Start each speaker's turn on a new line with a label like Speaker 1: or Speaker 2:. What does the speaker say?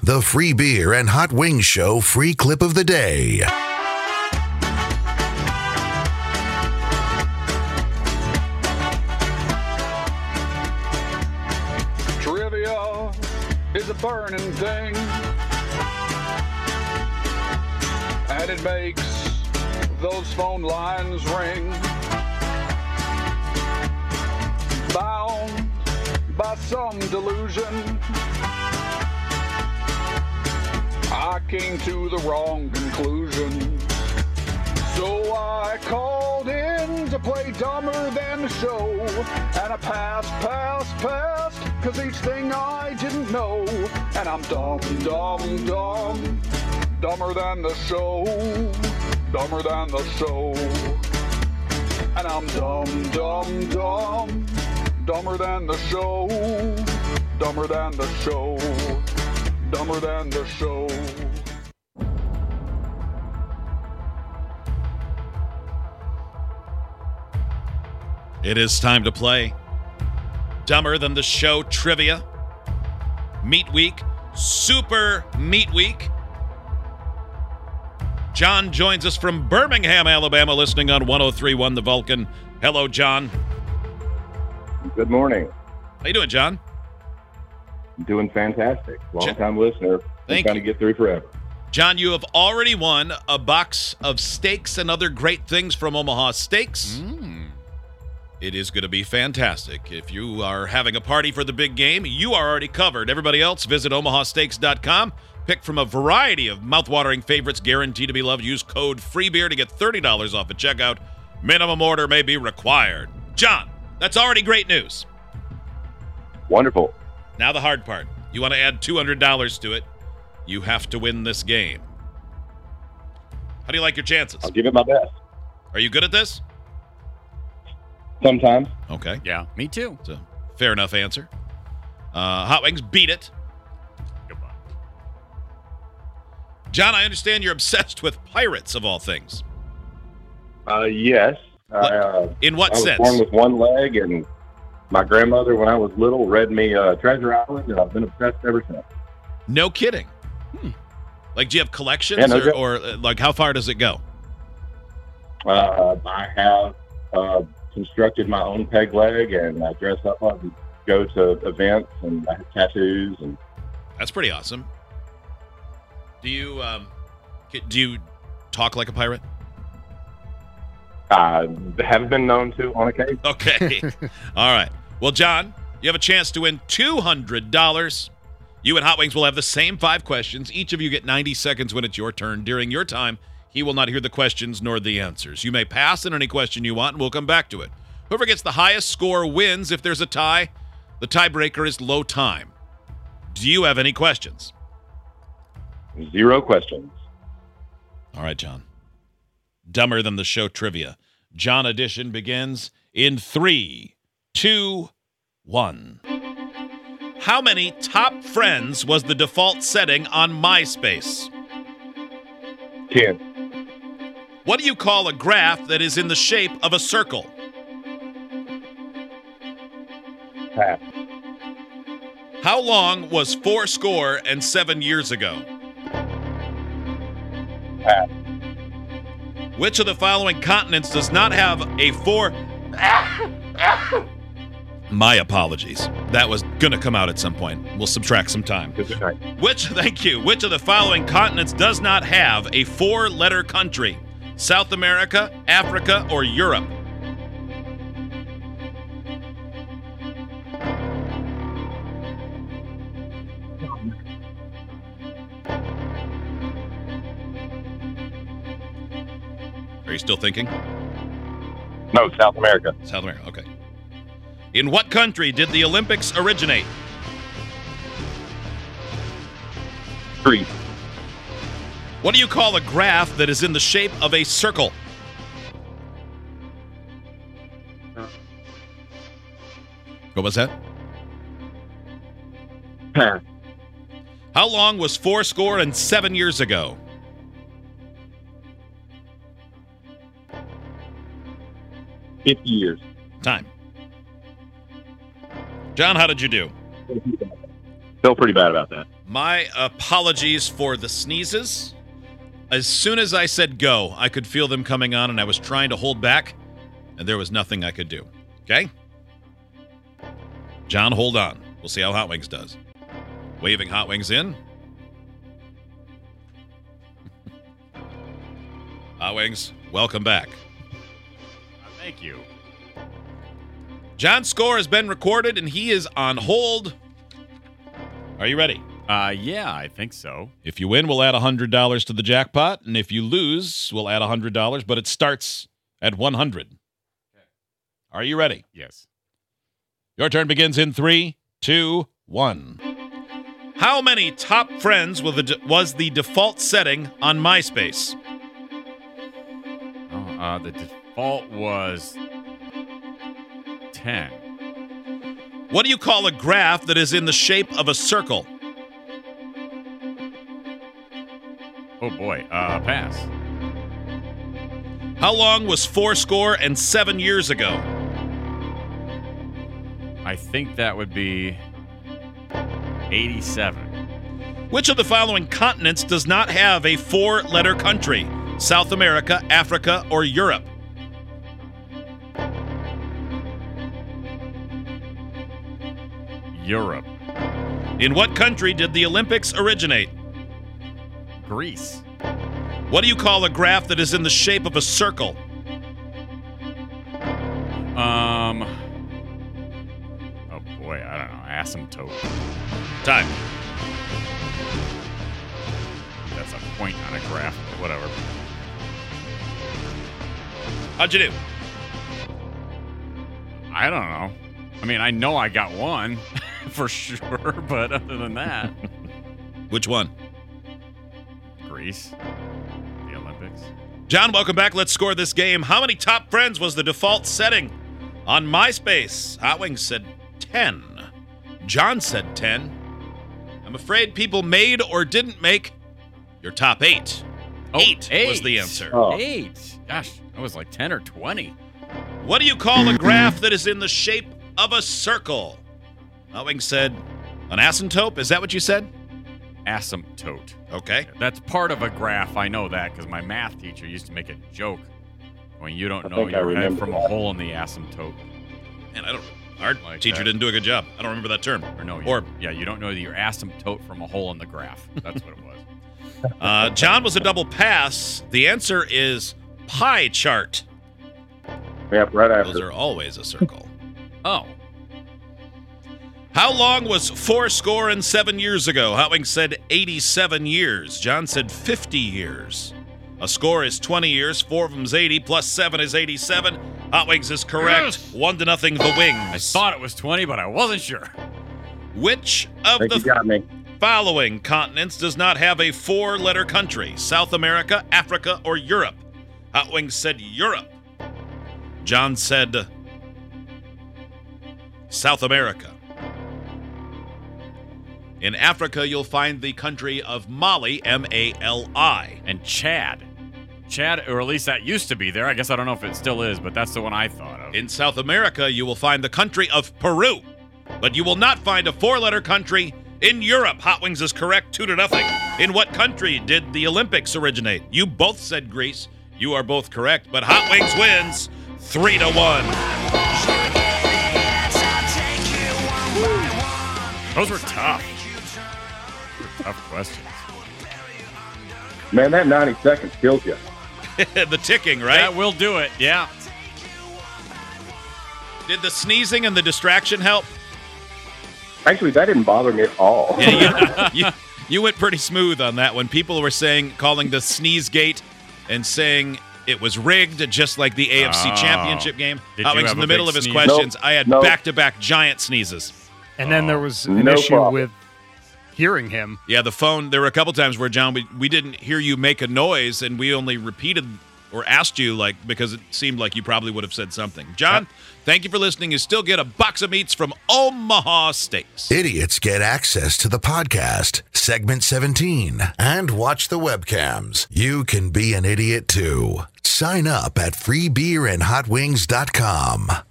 Speaker 1: the free beer and hot wings show free clip of the day.
Speaker 2: Trivia is a burning thing. And it makes those phone lines ring. Bound by some delusion, I came to the wrong conclusion. So I called in to play dumber than the show. And I passed, passed, passed, cause each thing I didn't know. And I'm dumb, dumb, dumb, dumber than the show, dumber than the show. And I'm dumb, dumb, dumb, dumber than the show, dumber than the show, dumber than the show.
Speaker 3: It is time to play Dumber Than the Show Trivia. Meat Week, Super Meat Week. John joins us from Birmingham, Alabama, listening on 1031 The Vulcan. Hello, John.
Speaker 4: Good morning.
Speaker 3: How you doing, John?
Speaker 4: Doing fantastic. Long
Speaker 3: Check.
Speaker 4: time listener.
Speaker 3: Thank
Speaker 4: Been trying
Speaker 3: you.
Speaker 4: to get through forever.
Speaker 3: John, you have already won a box of steaks and other great things from Omaha Steaks. It is going to be fantastic. If you are having a party for the big game, you are already covered. Everybody else, visit omahasteaks.com. Pick from a variety of mouthwatering favorites guaranteed to be loved. Use code FREEBEER to get $30 off at checkout. Minimum order may be required. John, that's already great news.
Speaker 4: Wonderful.
Speaker 3: Now the hard part. You want to add $200 to it. You have to win this game. How do you like your chances?
Speaker 4: I'll give it my best.
Speaker 3: Are you good at this?
Speaker 4: Sometimes.
Speaker 3: Okay.
Speaker 5: Yeah, me too.
Speaker 3: It's a fair enough answer. Uh, Hot Wings, beat it.
Speaker 5: Goodbye.
Speaker 3: John, I understand you're obsessed with pirates of all things.
Speaker 4: Uh, yes.
Speaker 3: What-
Speaker 4: I, uh,
Speaker 3: In
Speaker 4: I
Speaker 3: what
Speaker 4: was
Speaker 3: sense?
Speaker 4: born with one leg, and my grandmother, when I was little, read me uh, Treasure Island, and I've been obsessed ever since.
Speaker 3: No kidding. Like, do you have collections
Speaker 4: Yeah, no
Speaker 3: or,
Speaker 4: joke.
Speaker 3: or uh, like how far does it go?
Speaker 4: Uh, I have uh, constructed my own peg leg, and I dress up and go to events, and I have tattoos, and
Speaker 3: That's pretty awesome. Do you um, c- do you talk like a pirate?
Speaker 4: I have been known to on occasion.
Speaker 3: Okay. All right. Well, John, you have a chance to win $200. You and Hot Wings will have the same five questions. Each of you get 90 seconds when it's your turn. During your time, he will not hear the questions nor the answers. You may pass on any question you want, and we'll come back to it. Whoever gets the highest score wins. If there's a tie, the tiebreaker is low time. Do you have any questions?
Speaker 4: Zero questions.
Speaker 3: All right, John. Dumber than the show trivia. John edition begins in three, two, one. How many top friends was the default setting on MySpace?
Speaker 4: Ten.
Speaker 3: What do you call a graph that is in the shape of a circle?
Speaker 4: Pass.
Speaker 3: How long was four score and seven years ago?
Speaker 4: Pass.
Speaker 3: Which of the following continents does not have a four? My apologies. That was gonna come out at some point. We'll subtract some time.
Speaker 4: Good night.
Speaker 3: Which, thank you, which of the following continents does not have a four letter country? South America, Africa, or Europe? Are you still thinking?
Speaker 4: No, South America.
Speaker 3: South America, okay. In what country did the Olympics originate?
Speaker 4: Three.
Speaker 3: What do you call a graph that is in the shape of a circle? What was that?
Speaker 4: Pass.
Speaker 3: How long was four score and seven years ago?
Speaker 4: Fifty years.
Speaker 3: Time. John, how did you do?
Speaker 4: feel pretty bad about that.
Speaker 3: My apologies for the sneezes. As soon as I said go, I could feel them coming on and I was trying to hold back, and there was nothing I could do. Okay? John, hold on. We'll see how Hot Wings does. Waving Hot Wings in. Hot Wings, welcome back.
Speaker 5: Uh, thank you.
Speaker 3: John's score has been recorded and he is on hold. Are you ready?
Speaker 5: Uh, yeah, I think so.
Speaker 3: If you win, we'll add $100 to the jackpot. And if you lose, we'll add $100, but it starts at 100. Are you ready?
Speaker 5: Yes.
Speaker 3: Your turn begins in three, two, one. How many top friends was the, was the default setting on MySpace?
Speaker 5: Oh, uh, the default was ten.
Speaker 3: What do you call a graph that is in the shape of a circle?
Speaker 5: Oh boy. Uh, pass.
Speaker 3: How long was fourscore and seven years ago?
Speaker 5: I think that would be eighty-seven.
Speaker 3: Which of the following continents does not have a four letter country? South America, Africa, or Europe?
Speaker 5: Europe.
Speaker 3: In what country did the Olympics originate?
Speaker 5: Greece.
Speaker 3: What do you call a graph that is in the shape of a circle?
Speaker 5: Um. Oh boy, I don't know. Asymptote.
Speaker 3: Time.
Speaker 5: That's a point on a graph. but Whatever.
Speaker 3: How'd you do?
Speaker 5: I don't know. I mean, I know I got one for sure, but other than that,
Speaker 3: Which one?
Speaker 5: Greece, the Olympics.
Speaker 3: John, welcome back. Let's score this game. How many top friends was the default setting on MySpace? Hot Wings said 10. John said 10. I'm afraid people made or didn't make your top eight. Eight was the answer.
Speaker 4: Oh.
Speaker 5: Oh, Eight. Gosh, I was like 10 or 20.
Speaker 3: What do you call a graph that is in the shape of a circle? Hot Wings said an asymptote. Is that what you said?
Speaker 5: Asymptote.
Speaker 3: Okay.
Speaker 5: That's part of a graph. I know that because my math teacher used to make a joke when you don't
Speaker 4: I
Speaker 5: know
Speaker 4: think I
Speaker 5: your head
Speaker 4: remember
Speaker 5: from a
Speaker 4: that.
Speaker 5: hole in the asymptote.
Speaker 3: And I don't. Our
Speaker 5: Like
Speaker 3: teacher
Speaker 5: that.
Speaker 3: didn't do a good job. I don't remember that term.
Speaker 5: Or no, you-
Speaker 3: Or
Speaker 5: yeah, you don't know your asymptote from a hole in the graph. That's what it was.
Speaker 3: uh, John was a double pass. The answer is pie chart.
Speaker 4: Yep, right
Speaker 3: Those
Speaker 4: after.
Speaker 3: are always a circle.
Speaker 5: Oh,
Speaker 3: How long was four score and seven years ago? Howing said 87 years. John said 50 years. A score is 20 years. Four of them's 80. Plus seven is 87. Hot Wings is correct.
Speaker 5: Yes.
Speaker 3: One to nothing. The Wings.
Speaker 5: I thought it was 20, but I wasn't sure.
Speaker 3: Which
Speaker 4: I
Speaker 3: of
Speaker 4: think
Speaker 3: the
Speaker 4: you got me.
Speaker 3: following continents does not have a four letter country South America, Africa, or Europe? Hot Wings said Europe. John said South America. In Africa, you'll find the country of Mali, M A L I.
Speaker 5: and Chad. Chad, or at least that used to be there. I guess I don't know if it still is, but that's the one I thought of.
Speaker 3: In South America, you will find the country of Peru, but you will not find a four letter country in Europe. Hot Wings is correct, two to nothing. In what country did the Olympics originate? You both said Greece. You are both correct, but Hot Wings wins three to one.
Speaker 5: Those were tough. Those were tough questions.
Speaker 4: Man, that 90 seconds killed you.
Speaker 3: the ticking, right?
Speaker 5: That will do it. Yeah.
Speaker 3: Did the sneezing and the distraction help?
Speaker 4: Actually, that didn't bother me at all.
Speaker 3: Yeah, you, you, you went pretty smooth on that one. People were saying, calling the sneeze gate and saying it was rigged, just like the AFC
Speaker 5: Oh.
Speaker 3: championship game.
Speaker 5: Did
Speaker 3: Hot
Speaker 5: you
Speaker 3: Wings
Speaker 5: have
Speaker 3: in
Speaker 5: a
Speaker 3: the middle
Speaker 5: big
Speaker 3: of his
Speaker 5: sneeze?
Speaker 3: questions. I had
Speaker 4: Nope.
Speaker 3: back to back giant sneezes.
Speaker 6: And then there was an
Speaker 4: Ah, No
Speaker 6: issue
Speaker 4: problem.
Speaker 6: with hearing him.
Speaker 3: Yeah, the phone. There were a couple times where John, we, we didn't hear you make a noise, and we only repeated or asked you like because it seemed like you probably would have said something. John, thank you for listening. You still get a box of meats from Omaha Steaks.
Speaker 1: Idiots get access to the podcast, segment 17, and watch the webcams. You can be an idiot too. Sign up at freebeerandhotwings.com.